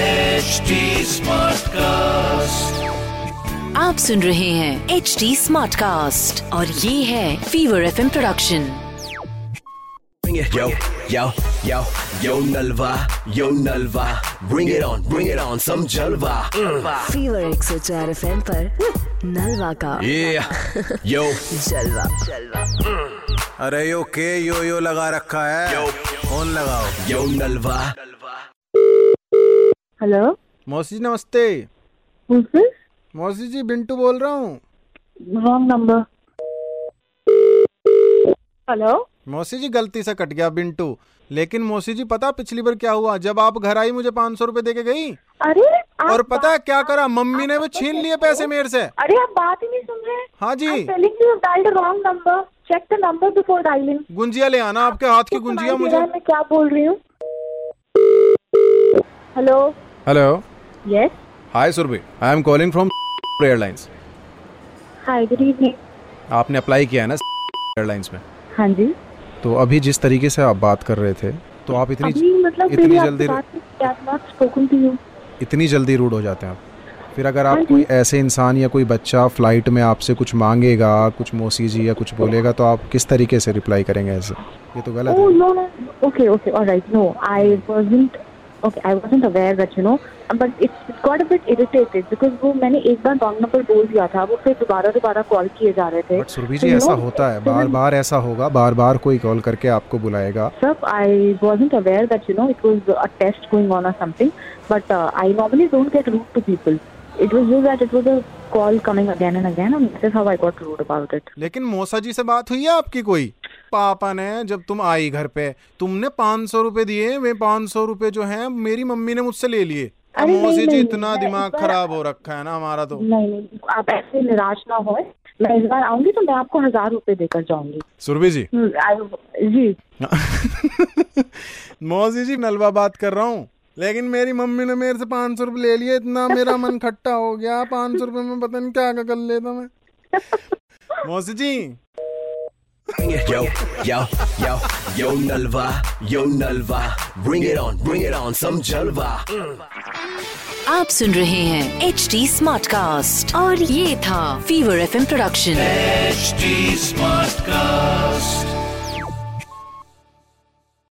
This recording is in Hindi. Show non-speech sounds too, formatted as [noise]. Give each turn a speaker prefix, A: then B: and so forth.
A: HD Smartcast.
B: आप सुन रहे हैं एच डी स्मार्ट कास्ट और ये है fever F production
C: Bring it. Yo, yo, yo, yo, Nalva, yo, Nalva. Bring it on, bring it on, some Jalva. Mm.
B: Fever एक सौ चार एफ एम नलवा का
C: Yeah, yo,
B: जलवा जलवा
D: अरे यो के यो यो तो लगा रखा है
C: Yo.
D: फोन लगाओ
C: yo, Nalva.
E: हेलो
D: मौसी जी नमस्ते
E: who's this?
D: मौसी जी बिंटू बोल रहा हूँ
E: Wrong number. हेलो
D: मौसी जी गलती से कट गया बिंटू लेकिन मौसी जी पता पिछली बार क्या हुआ जब आप घर आई मुझे पाँच सौ रूपए दे के गई
E: अरे आप
D: और पता है क्या करा मम्मी ने वो छीन लिए पैसे मेरे से
E: अरे आप बात ही नहीं सुन रहे
D: हाँ जी।
E: I'm telling you, you've dialed the wrong number. Check the number before dialing.
D: Gujiya ले आना आपके हाथ की गुंजिया
E: सुनाई दे
D: मुझे
E: रहा है मैं क्या बोल रही हूँ hello
D: hello
E: yes
D: hi Surabhi I am calling from airlines
E: hi good evening
D: आपने अप्लाई किया है ना एयरलाइंस में
E: हाँ जी
D: तो अभी जिस तरीके से आप बात कर रहे थे तो आप
E: अभी मतलब मेरी आपसे बात नहीं I not spoken to you
D: इतनी जल्दी रूड हो जाते हैं आप फिर अगर आप
E: हाँ जी।
D: कोई ऐसे इंसान या कोई बच्चा फ्लाइट में आपसे कुछ मांगेगा कुछ मोसी जी या कुछ बोलेगा तो आप किस तरीके से रिप्लाई करेंगे ऐसे ये तो गलत
E: Oh
D: है
E: no, no. Okay, okay, all right. No, I wasn't. Okay, I wasn't aware that you know. But it, it got a bit irritated because वो मैंने एक बार wrong number बोल दिया था वो फिर दोबारा दोबारा कॉल किए जा रहे थे
D: but Surabhi
E: So,
D: ji
E: you
D: ऐसा
E: know,
D: होता है
E: so
D: बार
E: then-
D: बार ऐसा होगा बार बार कोई कॉल करके आपको बुलाएगा
E: Sir, I wasn't aware that you know it was a test going on or something. But uh, I normally don't get rude to people. It was just that it was a call coming again and again, and this is how I got rude about it.
D: लेकिन मौसा जी से बात हुई है आपकी कोई पापा ने जब तुम आई घर पे तुमने पाँच सौ रुपए दिए वे पाँच सौ रुपए जो हैं मेरी मम्मी ने मुझसे ले लिए अब
E: अरे नहीं,
D: मौसी जी
E: नहीं,
D: इतना
E: मैं
D: दिमाग
E: इस बार-
D: खराब हो रखा है ना हमारा तो
E: नहीं नहीं आप ऐसे निराश ना होए मैं इस बार आऊंगी तो मैं आपको हजार रुपए देकर जाऊंगी
D: सुरभि जी [laughs]
E: Hmm, I- जी
D: मौसी जी नलवा बात कर रहा हूँ लेकिन मेरी मम्मी ने मेरे से पाँच सौ रुपये ले लिए इतना मेरा मन खट्टा हो गया पाँच सौ रुपये में पता नहीं क्या क्या कर लेता
E: [laughs]
D: मैं मौसी जी
C: Bring it, yo, yo, yo, yo, Nalva, yo, Nalva. Bring it on, bring it on, some Jalva.
B: आप सुन रहे हैं एच डी स्मार्ट कास्ट और ये था fever F production
A: HD Smartcast.